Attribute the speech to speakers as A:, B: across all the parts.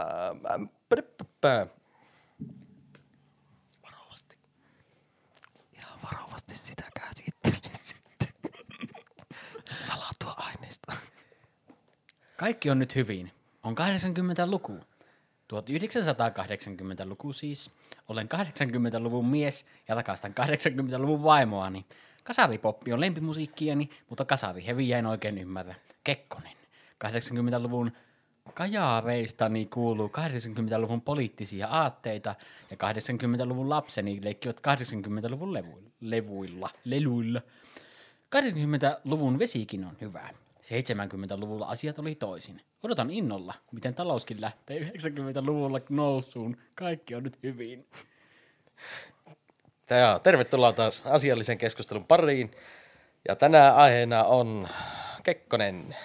A: Ähm, pädipäpää. Varovasti. Ihan varovasti sitä käsittele sitten. Salatua aineista.
B: Kaikki on nyt hyvin. On 80-luku. 1980-luku siis. Olen 80-luvun mies ja takastan 80-luvun vaimoani. Kasaripoppi on lempimusiikkiani, mutta kasariheviä en oikein ymmärrä. Kekkonen. 80-luvun kajaareistani kuuluu 80-luvun poliittisia aatteita ja 80-luvun lapseni leikkivät 80-luvun levu- levuilla, leluilla. 80-luvun vesikin on hyvää. 70-luvulla asiat oli toisin. Odotan innolla, miten talouskin lähtee 90-luvulla nousuun. Kaikki on nyt hyvin.
A: Ja tervetuloa taas asiallisen keskustelun pariin. Ja tänään aiheena on Kekkonen.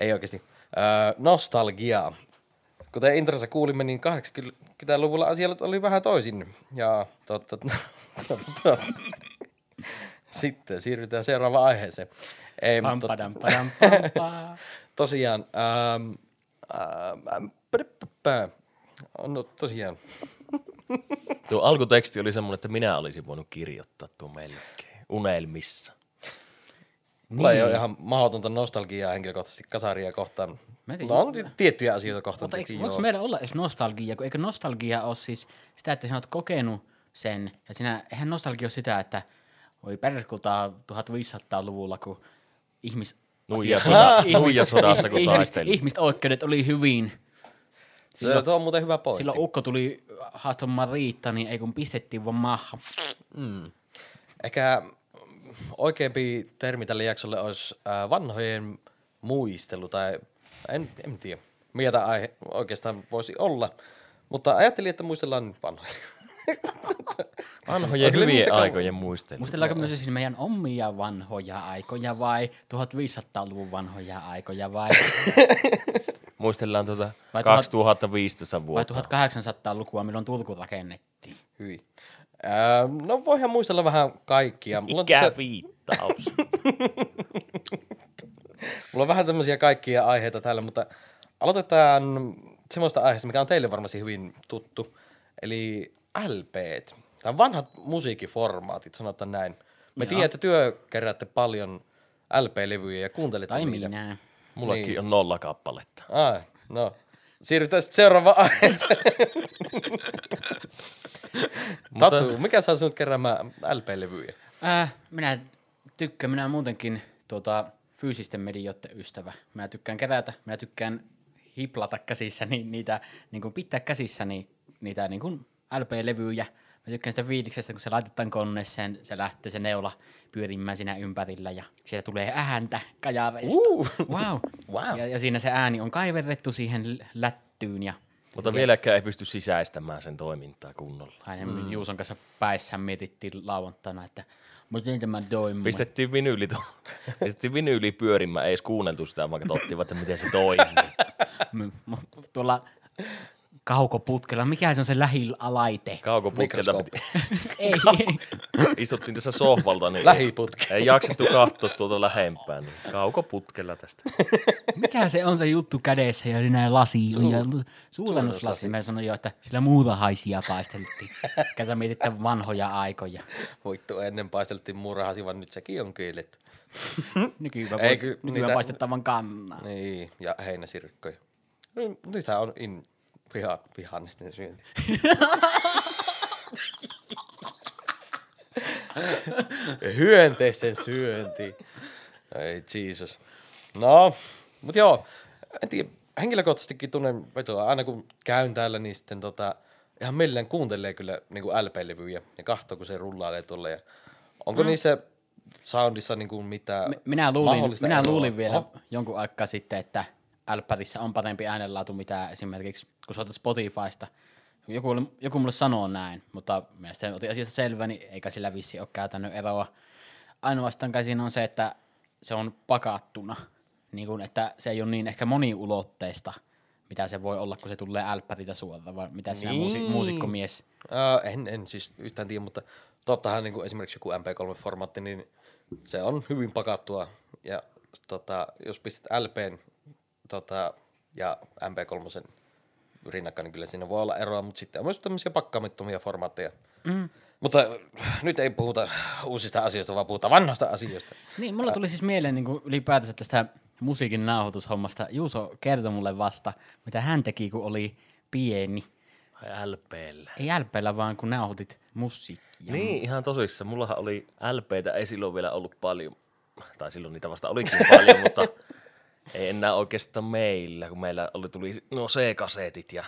A: Ei oikeasti. Öö, nostalgia. Kuten introssa kuulimme, niin 80-luvulla asiat oli vähän toisin. Ja totta, totta, totta. Sitten siirrytään seuraavaan aiheeseen. Ei, mutta
B: Pampadam, padam, pampaa.
A: tosiaan, ähm, ähm, pädipäpää. no tosiaan,
C: Tuo alkuteksti oli semmoinen, että minä olisin voinut kirjoittaa tuon melkein. Unelmissa.
A: Mulla niin. ei ole ihan mahdotonta nostalgiaa henkilökohtaisesti kasaria kohtaan.
B: Mä en tiedä.
A: No on ti- tiettyjä asioita kohtaan.
B: Mutta
A: tietysti
B: eikö, voiko
A: joo.
B: meillä olla edes nostalgia, kun eikö nostalgia ole siis sitä, että sinä olet kokenut sen, ja sinä, eihän nostalgia ole sitä, että voi perkultaa 1500-luvulla, kun ihmis...
C: Nuija
B: asiat-
C: soda-
B: ihmis-
C: nuija sodassa, kun
B: ihmis-
C: taisteli.
B: Ihmiset oikeudet oli hyvin.
A: Se, tuo on muuten hyvä pointti.
B: Silloin ukko tuli haastamaan Riitta, niin ei kun pistettiin vaan maahan.
A: Mm. Ehkä mm, oikeampi termi tälle jaksolle olisi äh, vanhojen muistelu, tai en, en tiedä, mikä tämä aihe oikeastaan voisi olla. Mutta ajattelin, että muistellaan nyt vanhoja.
C: Vanhojen
A: Kyllä niin
C: hyvien
A: se kauan-
C: aikojen muistelu.
B: Muistellaanko myös siis meidän omia vanhoja aikoja vai 1500-luvun vanhoja aikoja vai,
C: Muistellaan tuota
B: Vai tuhat-
C: 2015
B: vai
C: vuotta.
B: 1800-lukua, milloin Turku rakennettiin?
A: Hyvin. Ähm, no voihan muistella vähän kaikkia. Mulla on, tässä,
C: Ikäviittaus.
A: mulla on vähän tämmöisiä kaikkia aiheita täällä, mutta aloitetaan semmoista aiheesta, mikä on teille varmasti hyvin tuttu, eli LPt. Tämä vanhat musiikkiformaatit, sanotaan näin. Me tiedän, että työ keräätte paljon LP-levyjä ja kuuntelette
B: Tai
A: niitä.
B: minä.
C: Mullakin
A: Niin.
C: on nolla kappaletta.
A: Ai, no. Siirrytään sitten seuraavaan aiheeseen. Tatu, mikä saa sinut keräämään LP-levyjä?
B: Äh, minä tykkään, minä olen muutenkin tuota, fyysisten medioiden ystävä. Minä tykkään kerätä, minä tykkään hiplata käsissäni niitä, niin kuin pitää käsissäni niitä niin kuin LP-levyjä. Mä tykkään sitä fiiliksestä, kun se laitetaan koneeseen, se lähtee se neula pyörimään siinä ympärillä ja sieltä tulee ääntä kajaveista.
A: Uu!
B: Wow.
A: Wow.
B: Ja, ja, siinä se ääni on kaiverrettu siihen l- lättyyn ja
C: Mutta
A: Niin.
C: vieläkään ei pysty sisäistämään sen toimintaa kunnolla.
B: aina mm. Juuson kanssa päissään mietittiin lauantaina, että miten tämä
A: Mm.
B: toimii.
C: Pistettiin vinyyli, to- Pistettiin vinyyli pyörimään, ei edes kuunneltu sitä, vaan katsottiin, vaan, että miten se toimii.
B: M- m- tuolla kaukoputkella. Mikä se on se lähialaite?
C: Kaukoputkelta piti-
B: ei,
C: istuttiin tässä sohvalta, niin
A: Lähiputki.
C: ei jaksettu katsoa tuolta lähempää, niin kaukoputkella tästä.
B: mikä se on se juttu kädessä ja sinä lasi Su- ja lu- suurennuslasi. Mä sanoin jo, että sillä muurahaisia paisteltiin. Kato mietitään vanhoja aikoja.
A: Voittu ennen paisteltiin muurahasi, vaan nyt sekin on kielletty.
B: Nykyään,
A: Ei,
B: ei,
A: ky-
B: nykyään
A: niitä-
B: paistetaan vaan kannaa.
A: Niin, ja heinäsirkkoja. Nyt- Nythän on in viha, vihannesten syönti. Hyönteisten syönti. Ei Jeesus. No, mut joo, en tiedä, henkilökohtaisestikin tunnen vetoa. Aina kun käyn täällä, niin sitten tota, ihan millään kuuntelee kyllä niin kuin LP-levyjä ja kahtoo, kun se rullailee tuolla. Ja onko mm. niissä soundissa niin kuin mitään
B: M- Minä luulin,
A: mahdollista
B: minä
A: eroa?
B: luulin vielä
A: Oho.
B: Oho. jonkun aikaa sitten, että Älppärissä on parempi äänenlaatu, mitä esimerkiksi kun soitat Spotifysta. Joku, oli- joku mulle sanoo näin, mutta minä sitten otin asiasta selvää, niin eikä sillä vissi ole käytänyt eroa. Ainoastaan kai siinä on se, että se on pakattuna. Niin kuin, että se ei ole niin ehkä moniulotteista, mitä se voi olla, kun se tulee älppäriltä suoraan, vai mitä sinä niin. muusi, muusikkomies.
A: Öö, en, en siis yhtään tiedä, mutta tottahan niin kuin esimerkiksi joku MP3-formaatti, niin se on hyvin pakattua. Ja s- tota, jos pistät LPn tota, ja MP3 rinnakkain, niin kyllä siinä voi olla eroa, mutta sitten on myös tämmöisiä pakkaamattomia formaatteja. Mm. Mutta nyt ei puhuta uusista asioista, vaan puhutaan vanhasta asioista.
B: Niin, mulla tuli siis mieleen niin kuin ylipäätänsä tästä musiikin nauhoitushommasta. Juuso kertoi mulle vasta, mitä hän teki, kun oli pieni.
C: LPllä.
B: Ei älpeillä, vaan kun nauhoitit musiikkia.
C: Niin, ihan tosissaan. Mullahan oli LPtä, ei silloin vielä ollut paljon, tai silloin niitä vasta olikin paljon, mutta ei enää oikeastaan meillä, kun meillä oli, tuli nuo C-kasetit ja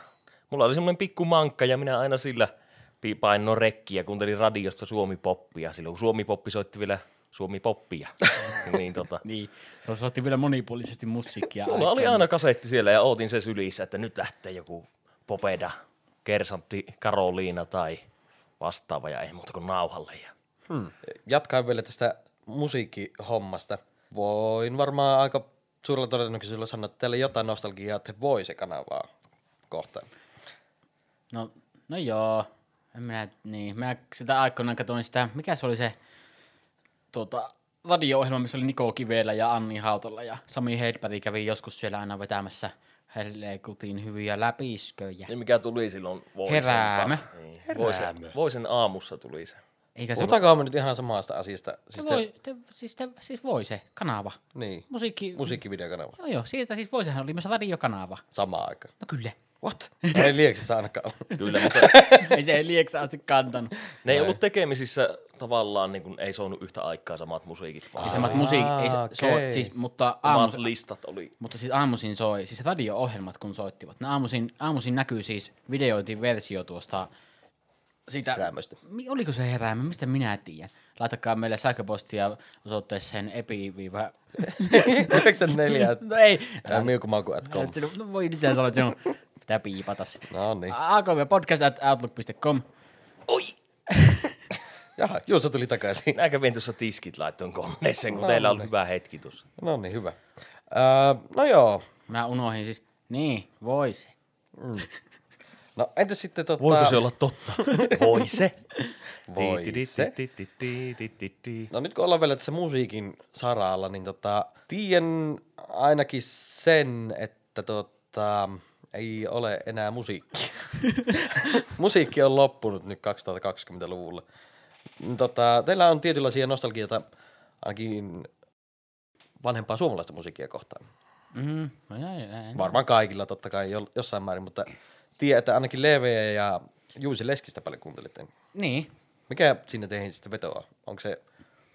C: mulla oli semmoinen pikku mankka ja minä aina sillä pi- painoin rekkiä, kuuntelin radiosta Suomi-poppia silloin, kun Suomi-poppi soitti vielä Suomi-poppia, niin tota,
B: Niin, se soitti vielä monipuolisesti musiikkia.
C: Mulla oli
B: aikaan.
C: aina kasetti siellä ja ootin se sylissä, että nyt lähtee joku Popeda, Kersantti, Karoliina tai vastaava ja ei muuta kuin nauhalle. Ja...
A: Jatkaa vielä tästä musiikkihommasta. Voin varmaan aika suurella todennäköisyydellä sanoa, että teillä jotain nostalgiaa te voi se kanavaa kohtaan.
B: No, no joo. En minä, niin. Mä sitä aikoinaan katsoin sitä, mikä se oli se tuota, radio-ohjelma, missä oli Niko Kivelä ja Anni Hautala ja Sami Heidpäti kävi joskus siellä aina vetämässä helleekutin hyviä läpisköjä.
C: Niin mikä tuli silloin voiselta.
B: Heräämö.
C: Niin. Voisen, voisen aamussa tuli se.
B: Eikä se,
A: Puhutaanko me nyt ihan samasta asiasta?
B: se
A: Siis te,
B: voi, te, siis, te, siis voi se kanava.
A: niin,
B: Musiikki.
A: musiikkivideokanava
B: Joo joo, siitä siis voi sehän oli myös radiokanava.
A: samaan aikaan.
B: No kyllä.
A: What? Ei lieksissä ainakaan ole.
C: Kyllä, mutta
B: ei se ei lieksa asti kantanut.
C: ne ei ollut tekemisissä tavallaan, niin kuin, ei soinut yhtä aikaa samat musiikit, vaan
B: Siis samat musiikki, ei se,
A: okei.
B: okay. siis, mutta
C: samat
B: aamus,
C: listat oli.
B: Mutta siis aamuisin soi, siis radio-ohjelmat kun soittivat, ne aamuisin, aamuisin näkyy siis videoitiin versio tuosta siitä,
A: Heräämöstä.
B: Mi- oliko se heräämä, mistä minä tiedän? Laitakaa meille sähköpostia osoitteeseen epi
A: 94.
B: No ei,
A: Ja miukumaku.com.
B: Älä sinu- no voi lisää sanoa, että sinun pitää piipata se.
A: No niin.
B: akvpodcast.outlook.com
A: Jaha, Juuso tuli takaisin.
C: Minä kävin tuossa tiskit laittoon koneeseen, kun teillä oli hyvä hetki tuossa.
A: No niin, hyvä. Öö, no joo.
B: Mä unohdin siis, niin, vois.
A: No entäs sitten tota...
C: Voiko se olla totta? Voi se.
A: Voi
C: Ti- ti-
A: se.
C: ti- ti- ti- ti- ti- ti.
A: No nyt kun ollaan vielä tässä musiikin saralla, niin tota, tiedän ainakin sen, että tota, ei ole enää musiikkia. Musiikki on loppunut nyt 2020-luvulla. Mm, Tota, teillä on tietynlaisia nostalgioita ainakin vanhempaa suomalaista musiikkia kohtaan.
B: Mm, ei, ei.
A: Varmaan kaikilla totta kai jo- jossain määrin, mutta tiedän, että ainakin Leveä ja Juusi Leskistä paljon kuuntelitte.
B: Niin,
A: Mikä siinä teihin sitten vetoaa? Onko se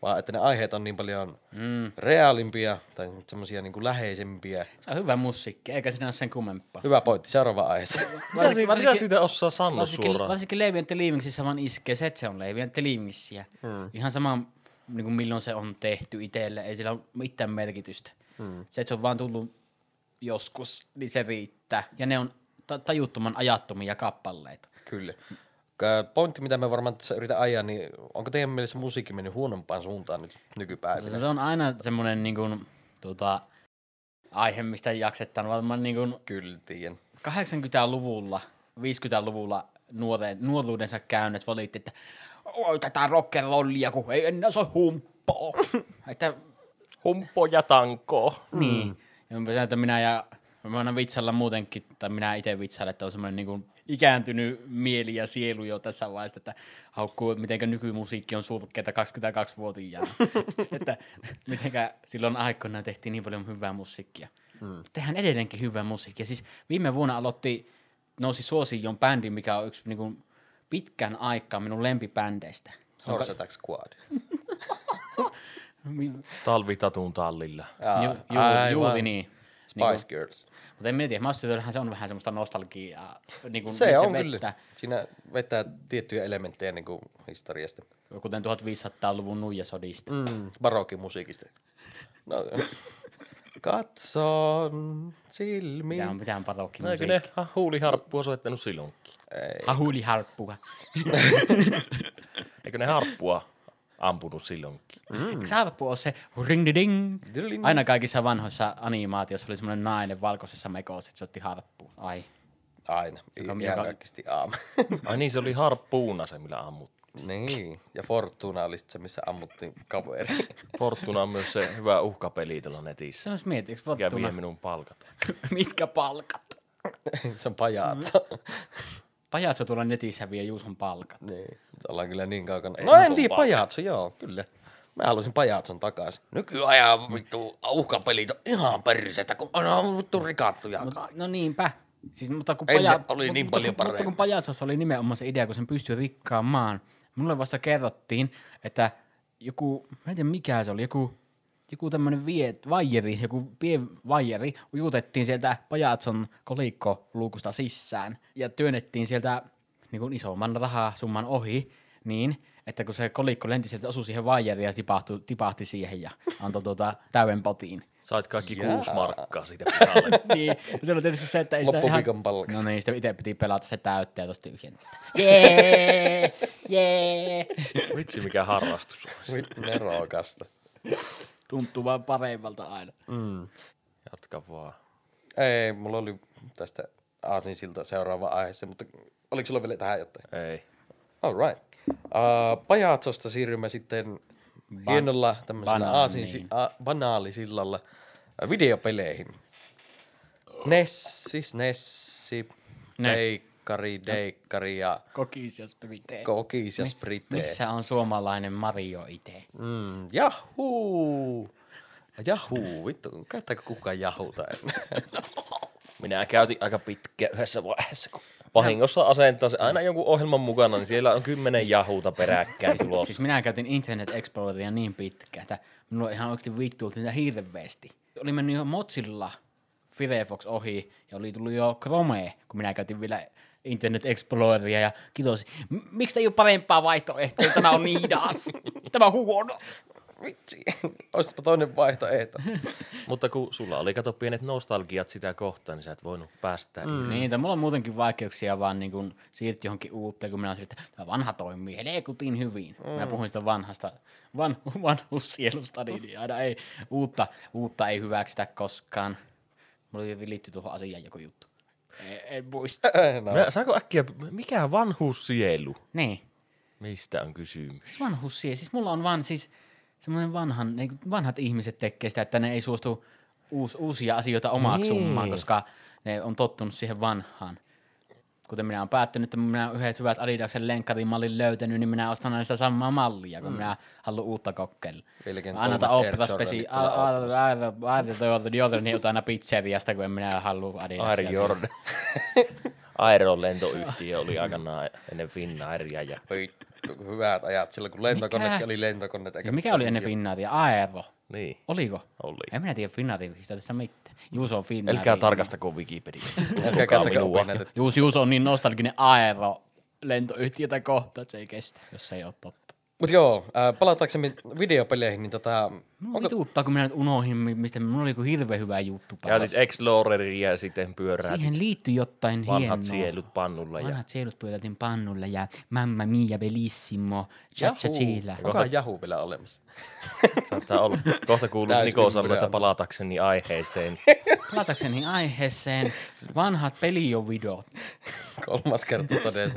A: vaan, että ne aiheet on niin paljon
B: Mm.
A: reaalimpia tai semmoisia niin läheisempiä?
B: se on hyvä musiikki, eikä sinä ole sen kummempaa.
A: Hyvä pointti, seuraava aihe.
C: Mitä, si- mitä siitä osaa sanoa
B: Varsinkin,
C: suoraan?
B: varsinkin Leivien The Leavingsissä vaan iskee se, että se on Leivien The Leavingsiä.
A: Hmm.
B: Mm. Ihan sama, niin kuin milloin se on tehty itselle, ei sillä ole mitään merkitystä.
A: Hmm.
B: Mm. Se, että se on vaan tullut joskus, niin se riittää. Ja ne on ta- tajuttoman ajattomia kappaleita.
A: Kyllä. K- Pointti, mitä me varmaan tässä yritän ajaa, niin onko teidän mielessä musiikki mennyt huonompaan suuntaan nyt nykypäivänä?
B: Se, se on aina semmoinen niin kuin, tota, aihe, mistä jaksetaan varmaan niin kuin
A: Kyllä, tiedän.
B: 80-luvulla, 50-luvulla nuore, nuoruudensa käynyt valitti, että oi tätä rock'n'rollia, kun ei enää se humppaa. että
C: Humpo ja tanko.
B: niin. Ja mä sanoin, että minä ja mä aina vitsalla muutenkin, tai minä itse vitsailen, että on semmoinen niin kuin ikääntynyt mieli ja sielu jo tässä vaiheessa, että haukkuu, että mitenkä nykymusiikki on surkeita 22-vuotiaana. että mitenkä silloin aikoinaan tehtiin niin paljon hyvää musiikkia. Mm. Tehän edelleenkin hyvää musiikkia. Siis viime vuonna aloitti, nousi suosioon bändi, mikä on yksi niin kuin pitkän aikaa minun lempibändeistä.
A: Horse Attack Squad.
C: Talvitatun tallilla.
A: Jaa,
B: Ju, ju,
A: aivan.
B: juuri niin.
A: Spice Girls.
B: Mutta en minä tiedä, maustetyöllähän se on vähän semmoista nostalgiaa. Niin kuin
A: Se on kyllä. Siinä vetää tiettyjä elementtejä niin kuin historiasta.
B: Kuten 1500-luvun nuijasodista. Mm.
A: Mm, barokin musiikista. No, katson
B: Tämä on
A: silmiin.
B: mitään
A: No,
B: parokkin
C: Eikö ne ha- huuliharppua soittanut silloinkin?
A: Ei.
B: Hahuliharppua.
C: Eikö ne harppua ampunut silloinkin?
B: Mm. Saavappu on se ring ding
A: Diddling.
B: Aina kaikissa vanhoissa animaatioissa oli semmoinen nainen valkoisessa mekossa, että se otti harppuun. Ai.
A: Aina. I-
B: Joka-
A: Ihan
B: joka-
A: kaikkisti aamu.
C: Ai niin, se oli harppuuna se, millä ammut.
A: niin. Ja Fortuna oli sit se, missä ammuttiin kaveri.
C: Fortuna on myös se hyvä uhkapeli tuolla
B: Se
C: netissä.
B: olisi mieti, eikö
C: Mikä vie
B: Fortuna?
C: minun palkat.
B: Mitkä palkat?
A: se on pajatso.
B: Pajatso tuolla netissä vie Juuson palkat.
A: niin. Nyt ollaan kyllä niin kaukana.
C: Ei
A: No
C: se
A: en tiedä,
C: kovaa.
A: pajatso, joo, kyllä. Mä haluaisin pajatson takaisin. Nykyajan vittu uhkapelit on ihan persettä, kun on vittu rikattuja
B: Mut,
A: kaikki.
B: no niinpä. Siis, mutta kun
A: Ennen
B: paja...
A: oli
B: mut-
A: niin
B: mutta,
A: paljon
B: kun, mutta kun
A: parempi.
B: pajatsossa oli nimenomaan se idea, kun sen pystyi rikkaamaan. Mulle vasta kerrottiin, että joku, mä en tiedä mikä se oli, joku, joku tämmönen vie, vaijeri, joku pien vaijeri ujutettiin sieltä pajatson kolikkoluukusta sisään ja työnnettiin sieltä niin kuin isomman rahasumman ohi, niin että kun se kolikko lenti sieltä, osui siihen vaijeriin ja tipahti, tipahti siihen ja antoi tuota täyden potiin.
C: Sait kaikki
A: Jaa.
C: kuusi markkaa siitä pihalle.
B: niin, ja se oli tietysti se, että ei
A: Loppuviikon palkasta.
B: No niin, sitten itse piti pelata se täyttää tosta tyhjentää. Jee! Jee!
C: Vitsi mikä harrastus olisi.
A: Vittu nerokasta.
B: Tuntuu vaan paremmalta aina.
C: Jatka vaan.
A: Ei, mulla oli tästä Aasinsilta seuraava aiheeseen, mutta oliko sulla vielä tähän jotain?
C: Ei.
A: All right. Uh, pajatsosta siirrymme sitten hienolla tämmöisellä
B: banaaniin.
A: aasinsi, a, banaalisillalla äh, videopeleihin. Nessis, Nessi,
B: Ne.
A: Deikkari, Deikkari ja
B: Kokis ja spirite.
A: Kokis ja Sprite.
B: Missä on suomalainen Mario ite?
A: Mm, jahuu! Jahuu, vittu, käyttääkö kukaan jahuta enää?
C: Minä käytin aika pitkä yhdessä vaiheessa, kun vahingossa asentaa se aina jonkun ohjelman mukana, niin siellä on kymmenen jahuta peräkkäin
B: Siis
C: tulossa.
B: minä käytin Internet Exploreria niin pitkä, että minulla ihan oikeasti vittuilti niitä hirveästi. Oli mennyt jo Mozilla Firefox ohi ja oli tullut jo Chrome, kun minä käytin vielä Internet Exploreria ja kiitos. M- miksi tämä ei ole parempaa vaihtoehtoa? Tämä on niidas. Tämä on huono.
A: Vitsi, olisitpa toinen vaihtoehto.
C: Mutta kun sulla oli kato pienet nostalgiat sitä kohtaan, niin sä et voinut päästä. Mm.
B: Niin, tai mulla on muutenkin vaikeuksia vaan niin kun siirtyä johonkin uuteen, kun minä olen että tämä vanha toimii, helekutin hyvin. Mm. Mä puhuin sitä vanhasta, van, vanhussielusta, niin niin aina ei, uutta, uutta ei hyväksytä koskaan. Mulla jotenkin liittyy tuohon asiaan joku juttu. En, en muista.
A: No,
C: Mä, saako äkkiä, mikä vanhuussielu?
B: niin,
C: Mistä on kysymys?
B: siis vanhussie, siis mulla on vaan siis semmoinen vanhan, niin kuin vanhat ihmiset tekee sitä, että ne ei suostu uus, uusia asioita omaksumaan,
C: Niin.
B: koska ne on tottunut siihen vanhaan. kuten minä olen päättänyt, että minä olen yhdet hyvät Adidaksen lenkkarimallin löytänyt, niin minä ostan aina sitä samaa mallia,
C: Mm.
B: kun minä haluan uutta kokkeilla.
A: Vieläkin
B: Aina tämä
A: kolmat Air
B: Oppilas
A: Jordanit
B: pesi,
A: tuolla autossa.
B: Jordan, otan aina pizzeriasta, kun en minä halua
C: Air
B: Adidaksia.
C: Jordan. Aeron lentoyhtiö oli aikanaan ennen Finnairia ja
A: Vittu, kun hyvät ajat silloin, kun lentokonekin
B: Mikä?
A: oli lentokoneet.
B: Ja Niin mikä oli ennen Finnaaria? Aero.
C: niin.
B: Oliko?
C: Oli.
B: En minä tiedä Finnaarista tässä mitään. Juuso on Finnaari.
C: Älkää tarkastako Wikipediasta.
A: Älkää
C: Uskokaa
A: käyttäkö
C: minua.
A: opinnoita.
B: Juus, Juus on niin nostalginen aero lentoyhtiötä kohta, että se ei kestä, jos se ei ole totta.
A: Mut joo, äh, palataaksemme videopeleihin, niin tota...
B: Mulla Onko... vituttaa, kun minä nyt unohdin, mi- mistä minulla oli joku hirveän hyvä juttu
C: Käytit
B: päässä.
C: Exploreria siis ja sitten pyörää.
B: Siihen liittyy jotain hienoa.
C: Vanhat sielut pannulla ja
B: Vanhat sielut pyörätin pannulla ja Mamma Mia Bellissimo, Cha Cha Chilla.
A: Onkohan Jahu vielä olemassa?
C: saattaa olla. Kohta kuuluu
A: Täys
C: Niko sanoa,
A: ympyrä.
C: että palatakseni aiheeseen.
B: Palatakseni aiheeseen, vanhat pelijovidot.
A: Kolmas kerta todella.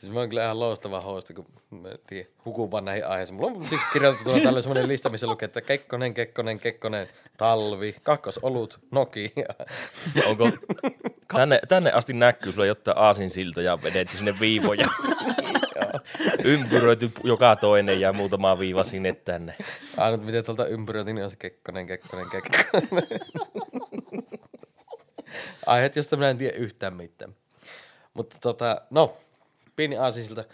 A: Siis mä oon kyllä ihan loistava hosta, kun mä en tiedä, hukun vaan näihin aiheisiin. Mulla on siis kirjoitettuna tälle semmonen lista, missä lukee, että Kekkonen, Kekkonen, Kekkonen, Talvi, kakkosolut, Nokia.
C: Onko tänne, tänne asti näkyy sulla jotain aasinsiltoja vedetty sinne viivoja. Ympyröity pu- joka toinen ja muutama viiva sinne tänne.
A: Aina nyt miten tuolta ympyröitin, niin on se Kekkonen, Kekkonen, Kekkonen. Aiheet, josta minä en tiedä yhtään mitään. Mutta tota, no, pieni aasinsilta.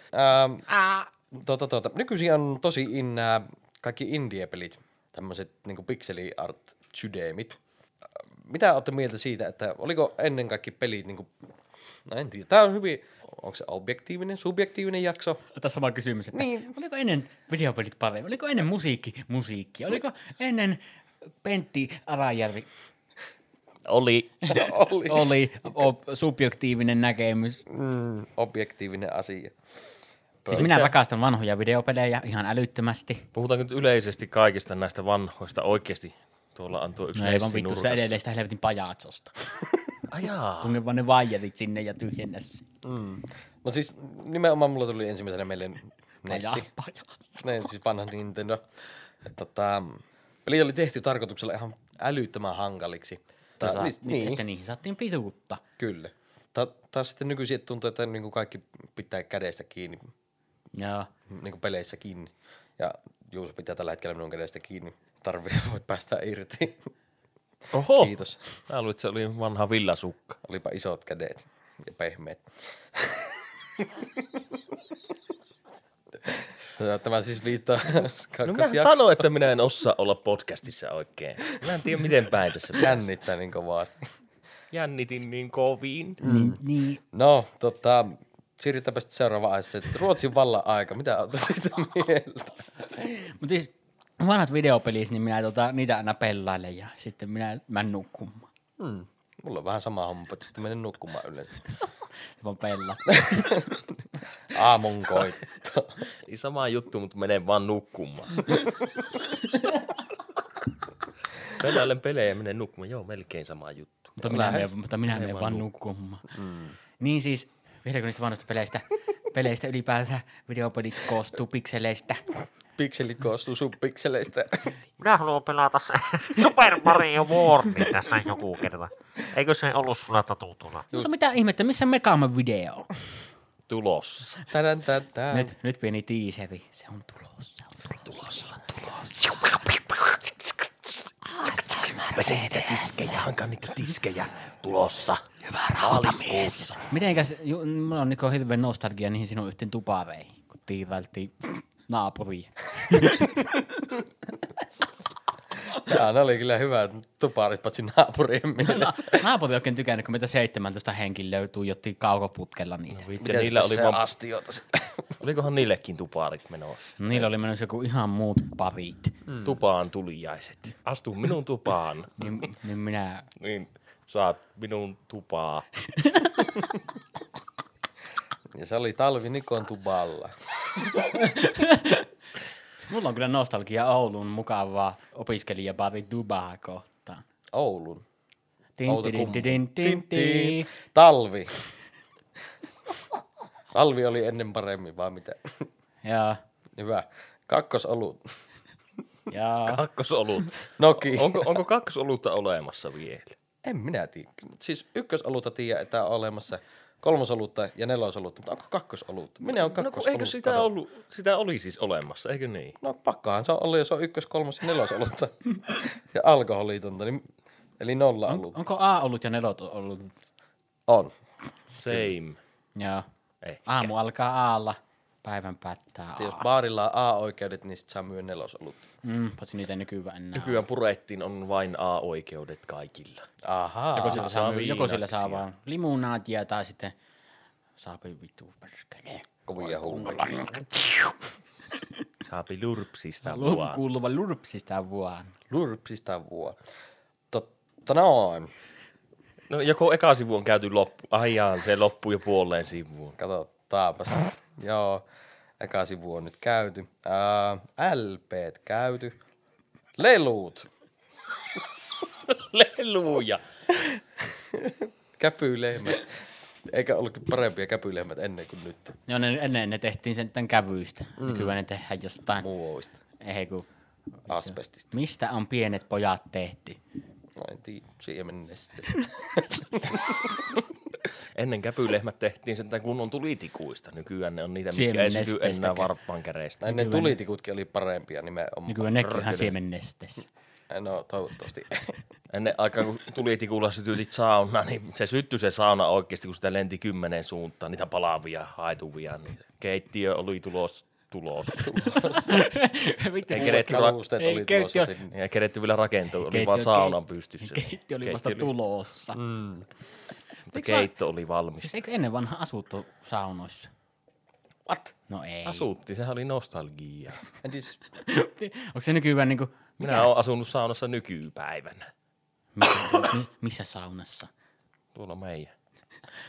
A: Ähm, tota, tota, nykyisin on tosi innää kaikki indie-pelit, tämmöiset niinku pixeli art sydeemit. Mitä olette mieltä siitä, että oliko ennen kaikki pelit niinku, no en tiedä, tää on hyvin, onko se objektiivinen, subjektiivinen jakso?
B: Tässä sama kysymys, että niin. oliko ennen videopelit paremmin, oliko ennen musiikki musiikkia, oliko ennen Pentti Arajärvi
C: Oli
A: Oli.
B: oli o, subjektiivinen näkemys.
A: Mm, objektiivinen asia.
B: Siis minä rakastan vanhoja videopelejä ihan älyttömästi.
C: Puhutaanko nyt yleisesti kaikista näistä vanhoista oikeasti? Tuolla on tuo yksi
B: No ei vaan
C: Nessi
B: vittu sitä
C: nurkassa.
B: edelleen sitä helvetin pajatsosta.
C: Ajaa.
B: Tunne vaan ne vaijerit sinne ja tyhjennä se.
A: No siis nimenomaan mulla tuli ensimmäisenä mieleen
B: Paja,
A: Nessi.
B: pajas.
A: Ne, siis vanha Nintendo. Et Tota, pelit oli tehty tarkoituksella ihan älyttömän hankaliksi.
B: Että,
A: Tää-
B: saa,
A: niin-
B: niin.
A: niin.
B: että niihin saatiin pituutta.
A: Kyllä. Ta- Taas sitten nykyisin tuntuu, että niin kuin kaikki pitää kädestä kiinni,
B: Joo.
A: niin kuin peleissä kiinni. Ja Juuso pitää tällä hetkellä minun kädestä kiinni. Tarvii, voit päästä irti.
C: Oho!
A: Kiitos.
C: Mä luulit, se oli vanha villasukka.
A: Olipa isot kädet ja pehmeät. Tämä siis viittaa
C: No mä
A: kakkosjakso.
C: sanoin, että minä en osaa olla podcastissa oikein. Mä en tiedä, miten päin tässä pitäisi.
A: Jännittää niin kovasti.
C: Jännitin niin koviin.
B: Mm. Niin, niin.
A: No, tota, siirrytäänpä sitten seuraavaan aiheeseen. Ruotsin vallan aika, mitä olet siitä mieltä?
B: Mutta siis vanhat videopelit, niin minä tota, niitä aina pelailen ja sitten minä menen nukkumaan.
A: Hmm. Mulla on vähän sama homma, että sitten menen nukkumaan yleensä.
B: Vaan pelaa.
A: Aamun koitto.
C: Niin sama juttu, mutta menen vaan nukkumaan. Pelailen pelejä ja menen nukkumaan. Joo, melkein sama juttu.
B: mutta minä menen, mutta minä menen vaan nukkumaan. Niin siis, vieläkö niistä vanhoista peleistä, peleistä ylipäänsä videopelit koostuu pikseleistä.
A: Pikselit koostuu sun pikseleistä.
D: Minä haluan pelata se Super Mario World tässä joku kerta. Eikö se ollut sulla tatuutuna?
B: Mutta mitä ihmettä, missä Megaman video on?
C: Tulossa.
A: Tänään tän tän.
B: Nyt, nyt pieni tiiseri. Se on tulossa. Se on tulossa.
C: Pesen niitä tiskejä, hankan niitä tiskejä. Tulossa. Hyvä rautamies.
B: Mitenkäs, ju, mulla on Niko hirveän nostalgia niihin sinun yhteen tupaveihin, kun tiivailtiin naapuriin.
A: Jaa, ne oli kyllä hyvät tuparit, paitsi naapurien mielestä.
B: Na, naapuri on oikein tykännyt, kun meitä 17 henki löytyy jotain kaukoputkella niitä.
C: Miten niillä oli
A: vaan...
C: vaan...
A: astiota se?
C: Olikohan niillekin tuparit menossa?
B: Niillä oli mennyt joku ihan muut parit.
C: Mm. Tupaan tulijaiset. Astu minun tupaan.
B: Niin, niin minä
C: Niin saat minun tupaa.
A: Ja se oli talvi Nikon tuballa.
B: Mulla on kyllä nostalgia Oulun mukavaa opiskelijapari Dubaa kohtaan.
A: Oulun.
B: Tin,
A: Outokummun.
B: tin, tin, tin, tin.
A: Talvi. Talvi oli ennen paremmin, vaan mitä?
B: Ja,
A: Hyvä. Kakkosolut.
B: ja.
C: Kakkosolut.
A: Noki.
C: Onko, onko kakkosolutta olemassa vielä?
A: No En minä tiedä. Siis ykkösolutta tiedä, että on olemassa kolmosolutta ja nelosolutta, mutta onko kakkosolutta? Minä on
C: No
A: kakkosolutta.
C: kun eikö sitä ollut, sitä oli siis olemassa, eikö niin?
A: No pakkahan se on ollut, jos on ykkös, kolmos ja nelosolutta. ja alkoholitonta, niin, eli nolla
B: On,
A: olutta.
B: onko A ollut ja nelot ollut?
A: On.
C: Same.
B: Ja.
C: Ei.
B: Aamu alkaa Aalla, päivän päättää
A: Että jos
B: A.
A: baarilla on A-oikeudet, niin sit saa myö nelosolut.
B: Mm, paitsi niitä ei nykyään enää.
C: Nykyään purettiin on vain A-oikeudet kaikilla.
A: Ahaa.
B: Joko sillä, saa,
C: viinaksia.
B: joko sillä saa vaan limunaatia tai sitten saa vittu perskele.
A: Kovia huumeita.
C: Saapi lurpsista
B: Lu-
C: vaan.
B: Kuuluva lurpsista vaan.
A: Lurpsista vuo. Totta noin.
C: No joko eka sivu on käyty loppu. Aijaan, se loppuu jo puoleen sivuun.
A: Katsotaanpas. Joo. Eka sivu on nyt käyty. Ää, LPt käyty. Lelut.
C: Leluja.
A: Käpylehmät. Eikä ollutkin parempia käpylehmät ennen kuin nyt
B: Joo, ne, ennen ne tehtiin sen tämän kävyistä. Mm. Nykyään ne tehdään jostain.
A: muovista.
B: Ei kun,
A: Asbestista.
B: mistä on pienet pojat tehty?
A: No en tiedä. Siemennestä.
C: Ennen käpylehmät tehtiin sentään kunnon tulitikuista. Nykyään ne on niitä, mitkä ei syty
B: Siemennesteistä
C: enää
B: kä-
C: varppaan käreistä.
A: Ennen tulitikutkin oli parempia nimenomaan.
B: Nykyään nekin on ihan siemennestessä.
A: No toivottavasti ei.
C: Ennen aikaa, kun tulitikulla sytytit sauna, niin se syttyi se sauna oikeasti, kun sitä lenti kymmeneen suuntaan, niitä palaavia, haetuvia, niin keittiö oli tulos, tulos.
B: Vittu,
C: Ei
B: mulla-
C: keretty, ra-
A: Kalusteet
B: Ei,
A: oli
B: keittiö-
A: tulossa sinne.
C: ei keretty vielä rakentua, oli
B: Keittiö-
C: vaan saunan
B: kei-
C: pystyssä.
B: Keittiö oli vasta tulossa. Mm.
C: Mutta keitto oli valmis.
B: Siis eikö ennen vanha asuttu saunoissa? What? No ei.
C: Asutti, sehän oli nostalgia.
A: Entis,
B: Onko se nykyään niinku,
C: Minä olen asunut saunassa nykypäivänä.
B: missä, missä saunassa?
C: Tuolla meidän.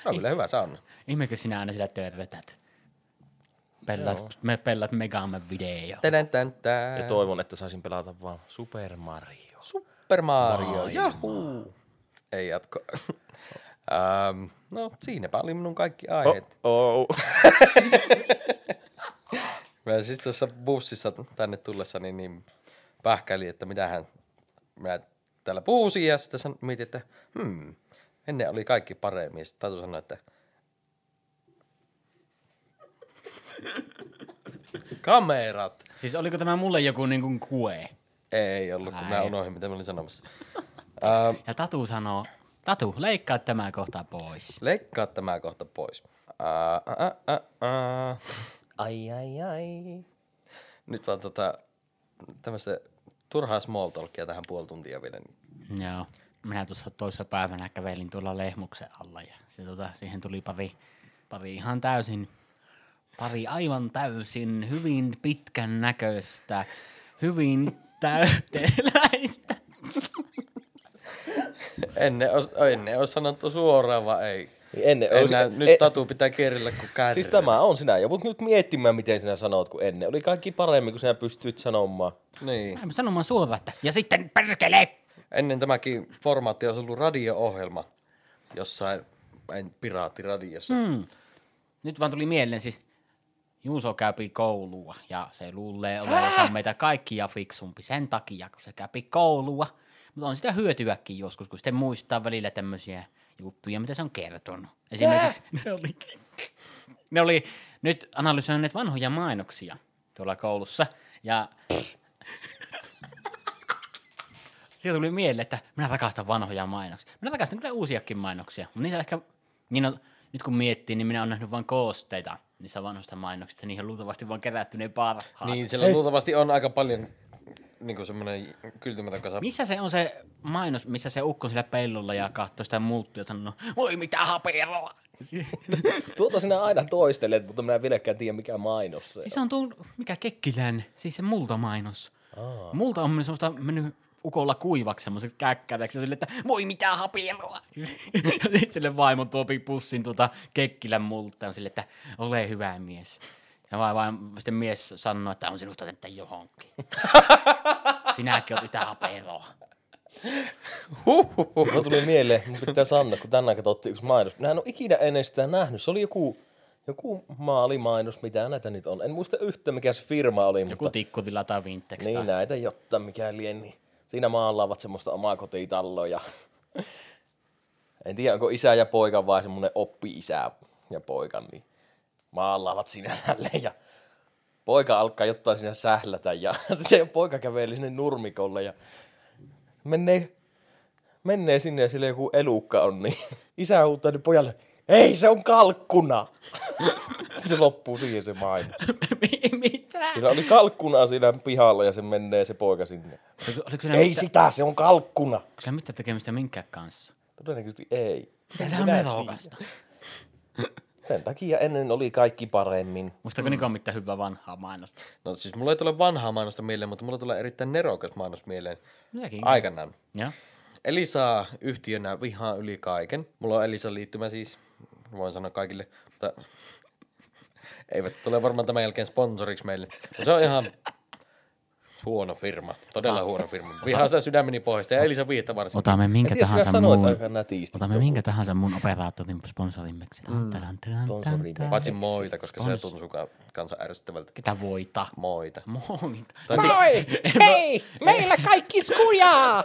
A: se on kyllä hyvä sauna.
B: Ihmekö sinä aina sillä törvetät? Pellat, me pellat Megaman video.
A: Tänän tän
C: Ja
A: tää.
C: toivon, että saisin pelata vaan Super Mario.
A: Super Mario. Jahuu. Ei jatko. Ähm, no siinäpä oli minun kaikki aiheet. Oh.
C: Oh,
A: Mä siis tuossa bussissa tänne tullessani niin pähkäilin, että mitähän mä täällä puhusi ja sitten san- mietin, että hmm, ennen oli kaikki paremmin. Sitten Tatu sanoi, että kamerat.
B: Siis oliko tämä mulle joku niin kuin kue?
A: Ei ollut, kun mä
B: Ai.
A: unohdin, mitä mä olin sanomassa. Ö,
B: Ja Tatu sanoo, Tatu, leikkaa tämä kohta pois.
A: leikkaa tämä kohta pois. Ää, ää, ää, ää. Ai, ai, ai. Nyt vaan tota, tämmöistä turhaa small talkia tähän puoli tuntia vielä. niin
B: Joo. Minä tuossa toisessa päivänä kävelin tuolla lehmuksen alla ja se, tota, siihen tuli pari, pari ihan täysin, pari aivan täysin hyvin pitkän näköistä, hyvin täyteläistä.
A: Ennen olisi, ennen olisi sanottu suoraan, vaan ei.
C: Niin Ennen oli-
A: Enää, nyt
C: e-
A: tatu pitää kerillä kuin kärryllä.
C: Siis tämä on sinä jo, mutta nyt miettimään, miten sinä sanot, kun ennen oli kaikki paremmin, kun sinä pystyt sanomaan.
A: Niin.
B: Mä en sanomaan suoraan, että ja sitten perkele!
A: Ennen tämäkin formaatti olisi ollut radio-ohjelma jossain en, piraattiradiossa. Mm.
B: Hmm. Nyt vaan tuli mieleen siis, Juuso käypi koulua ja se luulee olevansa meitä kaikkia fiksumpi sen takia, kun se käypi koulua. Mutta on sitä hyötyäkin joskus, kun sitten muistaa välillä tämmöisiä juttuja, mitä se on kertonut. Esimerkiksi ne oli, ne oli nyt analysoineet vanhoja mainoksia tuolla koulussa ja Siitä tuli mieleen, että minä rakastan vanhoja mainoksia. Minä rakastan kyllä uusiakin mainoksia, mutta niitä ehkä, niin on, nyt kun miettii, niin minä olen nähnyt vain koosteita niistä vanhoista mainoksista. Niihin on luultavasti vaan kerätty ne
C: Mm.
B: parhaat. Niin.
A: Niin, siellä luultavasti on aika paljon niin semmoinen kyltymätön kasa.
B: Missä se on se mainos, missä se ukko sillä pellolla ja katsoo sitä multtua ja sanoo, voi mitä haperoa. Si-
C: Tuota sinä aina toistelet, mutta minä en vieläkään tiedä, mikä mainos se
B: Siis se on tuo, mikä Kekkilän, siis se multamainos. Aa. Multa on mennyt semmoista mennyt ukolla kuivaksi semmoiseksi käkkätäksi sille, että voi mitä haperoa. Sitten sille vaimo tuopi pussin tuota Kekkilän multaan sille, että ole hyvä mies. Ja vai, vai, sitten mies sanoo, että on sinusta sitten johonkin. Sinäkin oot mitä haperoa.
A: Huhhuh.
C: Mulla tuli mieleen, mun pitää sanoa, kun tänään katsottiin yksi mainos. Minä en ole ikinä ennen sitä nähnyt. Se oli joku, joku maalimainos, mitä näitä nyt on. En muista yhtä, mikä se firma oli,
B: Joku
C: mutta
B: tikkutila tai vintex.
C: niin
B: tai-
C: näitä jotta mikä lien, niin siinä maalaavat semmoista omaa kotitalloa. en tiedä, onko isä ja poika vai semmoinen oppi-isä ja poika, niin maalaavat sinä tälle ja poika alkaa jotain sinä sählätä ja sitten poika kävelee sinne nurmikolle ja menee, menee sinne ja sillä joku elukka on, niin isä huutaa nyt pojalle, ei se on kalkkuna! Sitten se loppuu siihen se mainos.
B: mitä?
C: Sillä oli kalkkuna siinä pihalla ja se menee se poika sinne.
B: Oliko, oliko sillä mitään-
C: Ei No niin, sitä, se on kalkkuna.
B: oliko sillä mitään tekemistä minkään kanssa?
C: Todennäköisesti ei.
B: Mitä sehän on
C: Minä en
B: nerokasta?
C: tiedä. Sen takia ennen oli kaikki paremmin.
B: Muistaako mm. Niko mitään hyvää vanhaa mainosta?
A: No siis mulla ei tule vanhaa mainosta mieleen, mutta mulla tulee erittäin nerokas mainos mieleen
B: Mitäkin?
A: aikanaan.
B: Joo.
A: Elisa yhtiönä vihaa yli kaiken. Mulla on Elisa liittymä siis, voin sanoa kaikille, mutta eivät tule varmaan tämän jälkeen sponsoriksi meille. Mutta se on ihan huono firma, todella huono firma. Vihaa sitä sydämeni pohjasta ja Elisa viittä varsin.
B: Otamme minkä
C: En tiedä, sinä
B: tahansa
C: sanoit
B: muun.
C: aika nätisti.
B: Otamme minkä tahansa muun operaattorin sponsorimmeksi. Mm. Tadan, tadan, tadan,
C: Sponsorimmeksi.
A: Paitsi moita, koska se tuntuu ka- kansan ärsyttävältä.
B: Ketä voita?
A: Moita.
B: Moita.
A: Moi!
D: No-
B: Hei! Meillä kaikki skujaa!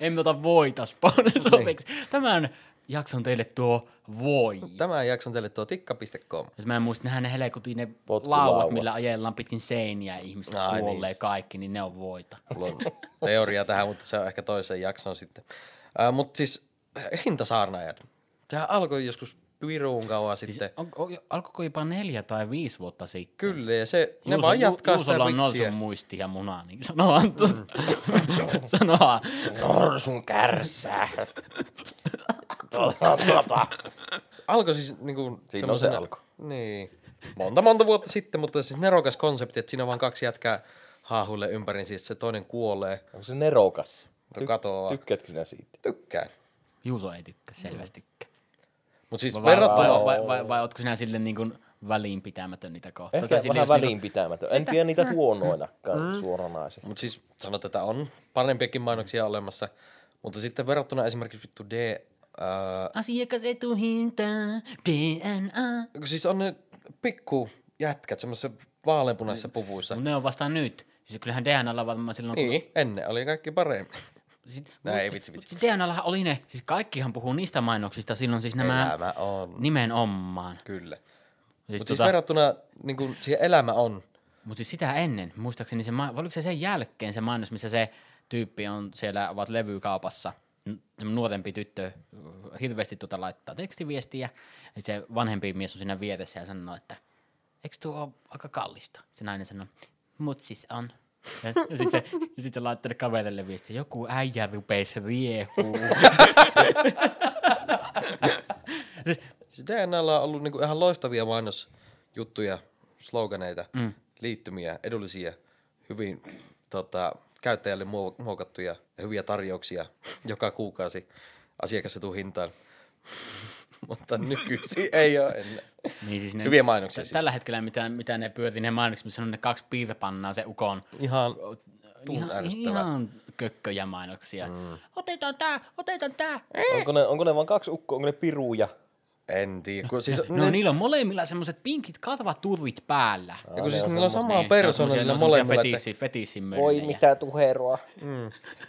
B: Emme ota voita sponsoriksi. Tämän jakson teille tuo voi.
A: Tämän jakson teille tuo tikka.com.
B: Jos mä en muista, nehän ne helekutin ne
C: Potkulaudat.
B: laudat, millä ajellaan pitkin seiniä ja ihmiset
A: Ai niin.
B: kuolee kaikki, niin ne on voita.
A: Mulla on teoria tähän, mutta se on ehkä toiseen jaksoon sitten. Äh, mutta siis hintasaarnaajat. Sehän alkoi joskus piruun kauan sitten.
B: On, on, alkoiko jopa neljä tai viisi vuotta sitten?
A: Kyllä, ja se, ne
B: Juuso-
A: vaan jatkaa
B: Ju-
A: sitä
B: Juusolla
A: vitsiä.
B: on
A: Mm.
B: norsun muisti ja muna, niin sanoo Anttu. sanoo.
C: Norsun kärsää. Tuota, tuota.
A: Alkoi siis niin kuin
C: Siinä on se alku.
A: Niin. Monta, monta vuotta sitten, mutta siis nerokas konsepti, että siinä on vaan kaksi jätkää haahuille ympäri, siis se toinen kuolee.
C: Onko se nerokas?
A: Ty- katoaa.
C: Tykkäätkö sinä siitä?
A: Tykkään.
B: Juuso ei tykkää selvästikään.
A: Mutta siis
B: Vai, vai,
A: verrattuna...
B: vai, vai, vai, ootko sinä sille niin kuin väliinpitämätön niitä kohtaan?
C: Ehkä
B: sille,
C: vähän
B: jos niinku-
C: väliinpitämätön. En tiedä
B: Mm.
C: niitä huonoinakaan suoranaisesti.
A: Mutta siis sanot, että on parempiakin mainoksia olemassa. Mutta sitten verrattuna esimerkiksi vittu D... Äh,
B: Asiakasetuhinta, DNA.
A: kun siis on ne pikku jätkät semmoisessa
B: Mm.
A: vaaleanpunaisissa puvuissa.
B: Mut ne on vasta nyt. Siis kyllähän DNAlla varmaan silloin, kun
A: Niin, ennen oli kaikki paremmin.
B: Siis,
A: No ei, vitsi, vitsi.
B: Mutta Deonallahan oli ne, siis kaikkihan puhuu niistä mainoksista silloin siis nämä
A: Elämä on.
B: nimenomaan.
A: Kyllä.
B: Siis,
A: Mutta siis verrattuna niin kuin, siihen elämä on.
B: Mutta siis sitä ennen, muistaakseni se, ma- vai oliko se sen jälkeen se mainos, missä se tyyppi on siellä, ovat levykaupassa, n- se nuorempi tyttö mm, hirveästi tuota laittaa tekstiviestiä, ja se vanhempi mies on siinä vieressä ja sanoo, että eikö tuo ole aika kallista? Se nainen sanoo, mut siis on. Ja, ja sitten se, ja sit se laittaa kaverille viestiä, joku äijä rupeis riehuu.
A: Siis DNAlla on ollut niin kuin, ihan loistavia mainosjuttuja, sloganeita, mm. liittymiä, edullisia, hyvin tota, käyttäjälle muo- muokattuja ja hyviä tarjouksia joka kuukausi asiakasetuhintaan. Mutta nykyisin ei ole enää.
B: niin siis
A: Hyviä mainoksia siis.
B: Tällä hetkellä, mitä, mitä ne pyörii ne mainokset, missä on ne kaksi piirpannaa se ukon
A: Ihan tuun
B: Ihan,
A: ärsyttävää.
B: ihan kökköjä mainoksia. Mm. Otetaan tää, otetaan tää.
C: Onko ne, onko ne vaan kaksi ukkoa, onko ne piruja?
A: En tiedä. Kun, siis,
B: No, niillä on molemmilla semmoiset pinkit katvaturvit päällä.
A: Ja kun siis niillä on sama persona niillä molemmilla, että,
B: Fetissi, fetissin
C: Voi
B: möllejä.
C: mitä tuheroa.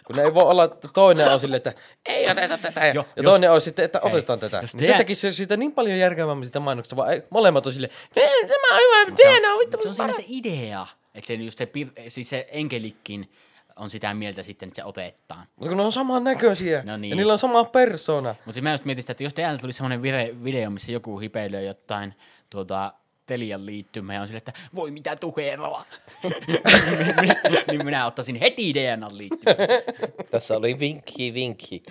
A: kun ne ei voi olla, että toinen on silleen, että ei oteta tätä, ja,
B: Joo,
A: ja
B: jos-
A: toinen on sitten, että otetaan tätä.
B: jos
A: Niin
B: te-
A: se teki se- siitä niin paljon järkevämmin sitä mainoksesta, vaan ei- molemmat on silleen, "No, "Ei, tämä on hyvä, tämä on vittu.
B: Se on siinä se idea. Eikö se, just se, pir- siis se enkelikin on sitä mieltä sitten, että se otetaan.
A: Mutta kun ne on saman näköisiä,
B: No niin.
A: ja niillä on sama persona.
B: Mutta mä just mietin sitä, että jos DL tuli semmoinen vire- video, missä joku hipeilyy jotain tuota, Telian liittymä ja on silleen, että voi mitä tuheroa. minä, niin minä ottaisin heti DNAn liittymän.
C: Tässä oli vinkki, vinkki.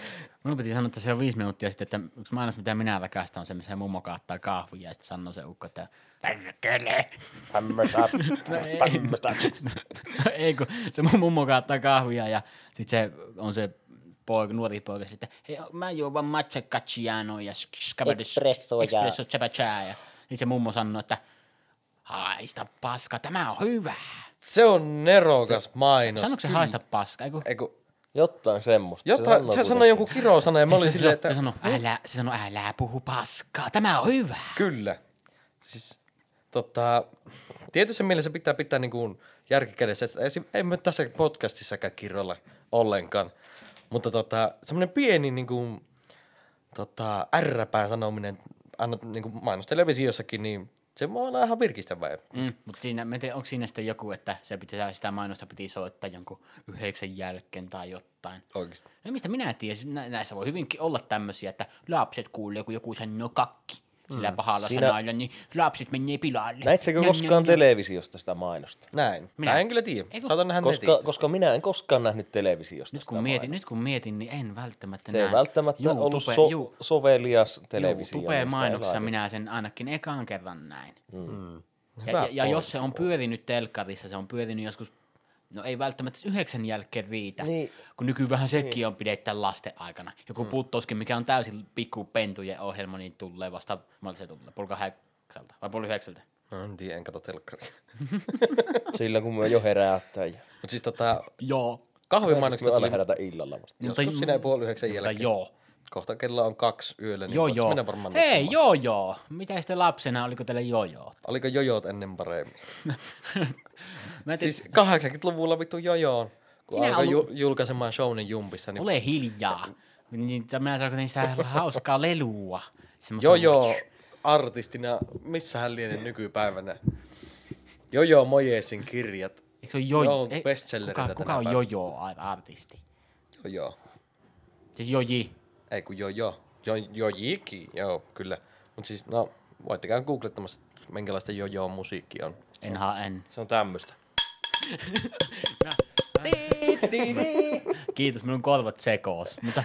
B: Minun piti sanoa tässä jo viisi minuuttia sitten, että yksi mainos, mitä minä rakastan, on se, missä mummo kaattaa kahvia ja sitten sanoo se ukko, että perkele.
C: Tämmöstä,
A: No
B: ei.
C: tämmöstä.
B: Ei kun se mun mummo kaattaa kahvia ja sitten se on se poika, nuori poika, sitten, että hei, mä juon vaan matcha cacciano ja sk- scabardis-
C: Espresso ja-
B: espresso chabachää. Ja niin se mummo sanoo, että haista paska, tämä on hyvä.
A: Se on nerokas mainos.
B: Sanoiko
A: No,
B: se
A: kyllä.
B: haista paska? Ei kun,
A: Ei kun-
C: Jotain semmoista.
A: Jotain, se sanoi jonkun kirosana ja mä olin
B: se,
A: silleen,
B: sano,
A: että
B: se, sanoo, älä, se sanoo, älä puhu paskaa, tämä on hyvä.
A: kyllä. Siis, tota, tietyssä mielessä pitää pitää niin kuin järkikädessä. että esim- Ei me tässä podcastissakaan kirjoilla ollenkaan. Mutta tota, semmoinen pieni niin kuin, tota, ärräpään sanominen anna, niin kuin mainostelevisioissakin, niin se voi olla ihan virkistävää. ja
B: Mm, mutta siinä, mä en tiedä, onko siinä sitten joku, että se piti, sitä mainosta piti soittaa jonkun yhdeksän jälkeen tai jotain.
A: Oikeasti.
B: No mistä minä tiesin, nä- näissä voi hyvinkin olla tämmöisiä, että lapset kuulee, kun joku sanoo kakki. Sillä mm, pahalla
C: siinä-
B: siinä... sanalla, niin lapset menee pilalle.
C: Näittekö
B: Nö,
C: koskaan
B: nö, nö.
C: televisiosta sitä mainosta?
A: Näin.
B: Minä-
A: Minä en kyllä tiedä.
B: Ei kun-
A: Saatan nähdä
C: Koska,
A: netistä.
C: koska minä en koskaan nähnyt televisiosta
B: Nyt
C: sitä
B: kun, mietin,
C: mainosta.
B: nyt kun mietin, niin en välttämättä
C: Se
B: näe.
C: ei välttämättä
B: YouTube-
C: ollut so,
B: Ju-
C: sovelias televisio.
B: YouTubeen
C: mistä
B: mainoksessa
C: elää.
B: minä sen ainakin ekaan kerran näin. Mm. Ja,
A: Hyvä
B: ja, ja jos se on pyörinyt telkkarissa, se on pyörinyt joskus, no ei välttämättä se yhdeksän jälkeen riitä,
C: Niin.
B: kun nykyään sekin on pidettä lasten aikana. Joku Niin. mm. puttoskin, mikä on täysin pikku pentujen ohjelma, niin tulee vasta, milloin se tulee, pulka häksältä vai puoli yhdeksältä.
A: No, en tiedä, en katso telkkaria.
C: Sillä kun me jo herättää. Ja...
A: Mutta siis tota,
B: Joo.
C: Me
A: kahvimainoksista
C: aina
A: tuli
C: herätä illalla vasta.
A: joskus sinä puoli yhdeksän jälkeen.
B: Mutta joo.
A: Kohta kello on kaksi yöllä, niin
B: Joo,
A: voitais
B: joo.
A: mennä varmaan
B: Hei,
A: nukkumaan.
B: joo, joo. Mitä sitten lapsena, oliko teillä joo, joo?
A: Oliko jojot ennen paremmin?
B: Mä siis,
A: Siis 80-luvulla vittu jojoon, kun
B: Sinä
A: Sinä alkoi
B: ollut-
A: ju- julkaisemaan Shounen jumpissa, niin
B: ole hiljaa. Niin, sä- minä tarkoitin sitä hauskaa lelua. Semmoista-
A: jojo artistina, missä hän lienee nykypäivänä? Jojo Mojesin kirjat.
B: Eikö se ole jojo?
A: Joo,
B: Ei,
A: bestsellereitä
B: Kuka,
A: tänä
B: kuka on
A: päivänä.
B: jojo-artisti?
A: Jojo.
B: Siis joji.
A: Ei kun jojo. Jo, jojiki, joo, kyllä. Mutta siis, no, voitte käydä googlettamassa, minkälaista jojoon musiikki on.
B: En ha, en.
C: Se on tämmöistä.
B: Kiitos, minun korvat sekoos. Mutta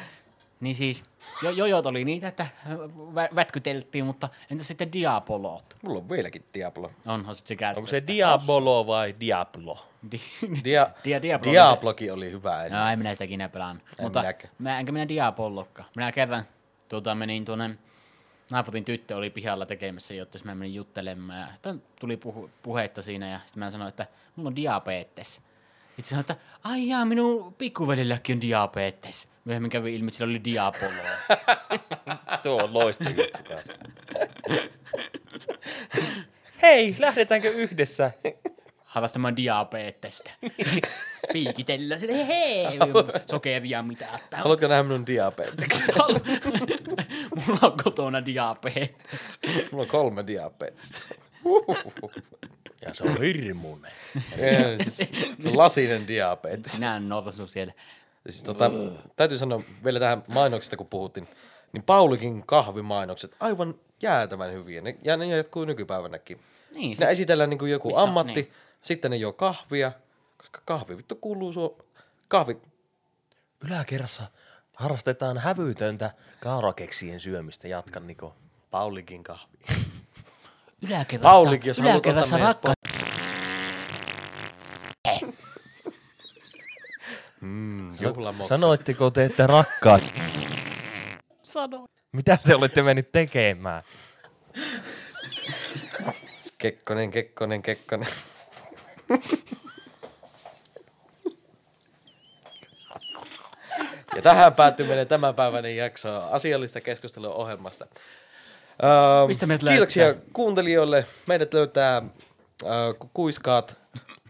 B: niin siis, jo, jojot oli niitä, että vä- vätkyteltiin, mutta entä sitten diabolot?
A: Mulla on vieläkin Diablo.
B: Onhan sit se käytöstä.
C: Onko se Diabolo vai Diablo?
B: Di-
A: Dia-
B: Dia- Diablo-
A: Diablokin oli hyvä ennen.
B: No en minä sitä ikinä pelannut. En mutta
A: minäkään.
B: mä, enkä minä diapollokka. Minä kerran tuota, menin tuonne, naapurin tyttö oli pihalla tekemässä jotain, mä menin juttelemaan ja sitten tuli puhu, puhetta siinä ja sitten mä sanoin, että mulla on diabetes. Sitten sanoin, että ai jaa, minun pikkuvelilläkin on diabetes. Myöhemmin kävi ilmi, että sillä oli diapolo.
C: Tuo on loistava juttu kanssa. Hei, lähdetäänkö yhdessä?
B: Harrastamaan diabetesta. Piikitellä sille, hei, sokeria mitä ottaa.
A: Haluatko nähdä minun diabeteksen?
B: Mulla on kotona diabetes.
A: Mulla on kolme diabetista.
C: Ja se on hirmuinen.
A: Ei, siis, se on lasinen diabetes.
B: Minä en noita sun siellä.
A: Siis tota, täytyy sanoa vielä tähän mainoksesta, kun puhuttiin, niin Paulikin kahvimainokset aivan jäätävän hyviä. Ne, ja ne jatkuu nykypäivänäkin.
B: Niin,
A: Niin, Siinä
B: siis-
A: esitellään niin kuin joku
B: Missä-
A: ammatti,
B: niin.
A: niin. sitten ne juo kahvia, koska kahvi vittu kuuluu suo... Kahvi...
C: Yläkerrassa harrastetaan hävytöntä kaurakeksien syömistä. Jatka, Niko.
A: Paulikin kahvi.
B: Yläkerrassa,
A: Paulikin, jos haluat
B: yläkerrassa
A: ottaa
B: rakkaat.
A: Mm, Juhlamokka.
C: Sanoitteko te, että rakkaat?
B: Sano.
C: Mitä te olette mennyt tekemään?
A: Kekkonen, Kekkonen, Kekkonen. Ja tähän päättyy meidän tämänpäiväinen jakso asiallista keskustelua ohjelmasta. Öö,
B: Mistä meidät
A: kiitoksia
B: löytää?
A: kuuntelijoille. Meidät löytää öö, ku- kuiskaat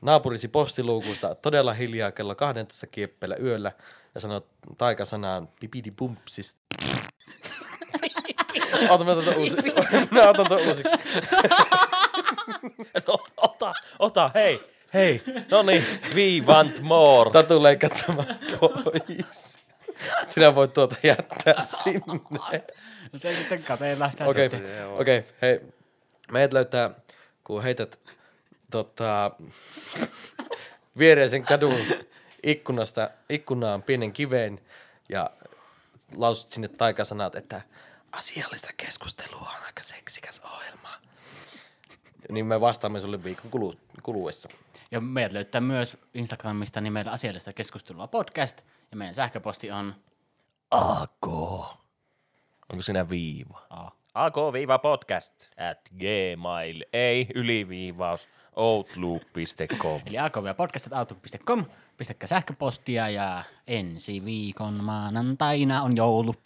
A: naapurisi postiluukusta todella hiljaa kello 12 kieppeillä yöllä ja sanot taikasanaan pipidi pumpsis. Ota mä tätä uusi. Mä otan tuon uusiksi.
C: No, ota, ota, hei, hei. No niin, we want more.
A: Tatu leikattamaan pois. Sinä voit tuota jättää sinne.
B: No se sitten katellaan sitä.
A: Okei,
B: sitten.
A: okay, okay, hei. Meidät löytää, kun heität tota, viereisen kadun ikkunasta, ikkunaan pienen kiveen ja lausut sinne taikasanat, että asiallista keskustelua on aika seksikäs ohjelma. Niin me vastaamme sulle viikon kulu, kuluessa.
B: Ja meidät löytää myös Instagramista nimellä asiallista keskustelua podcast. Ja meidän sähköposti on
C: AK. Onko sinä viiva? A. AK-podcast at gmail, ei yliviivaus, outlook.com.
B: Eli akviapodcast.outlook.com. Pistäkää sähköpostia ja ensi viikon maanantaina on joulu.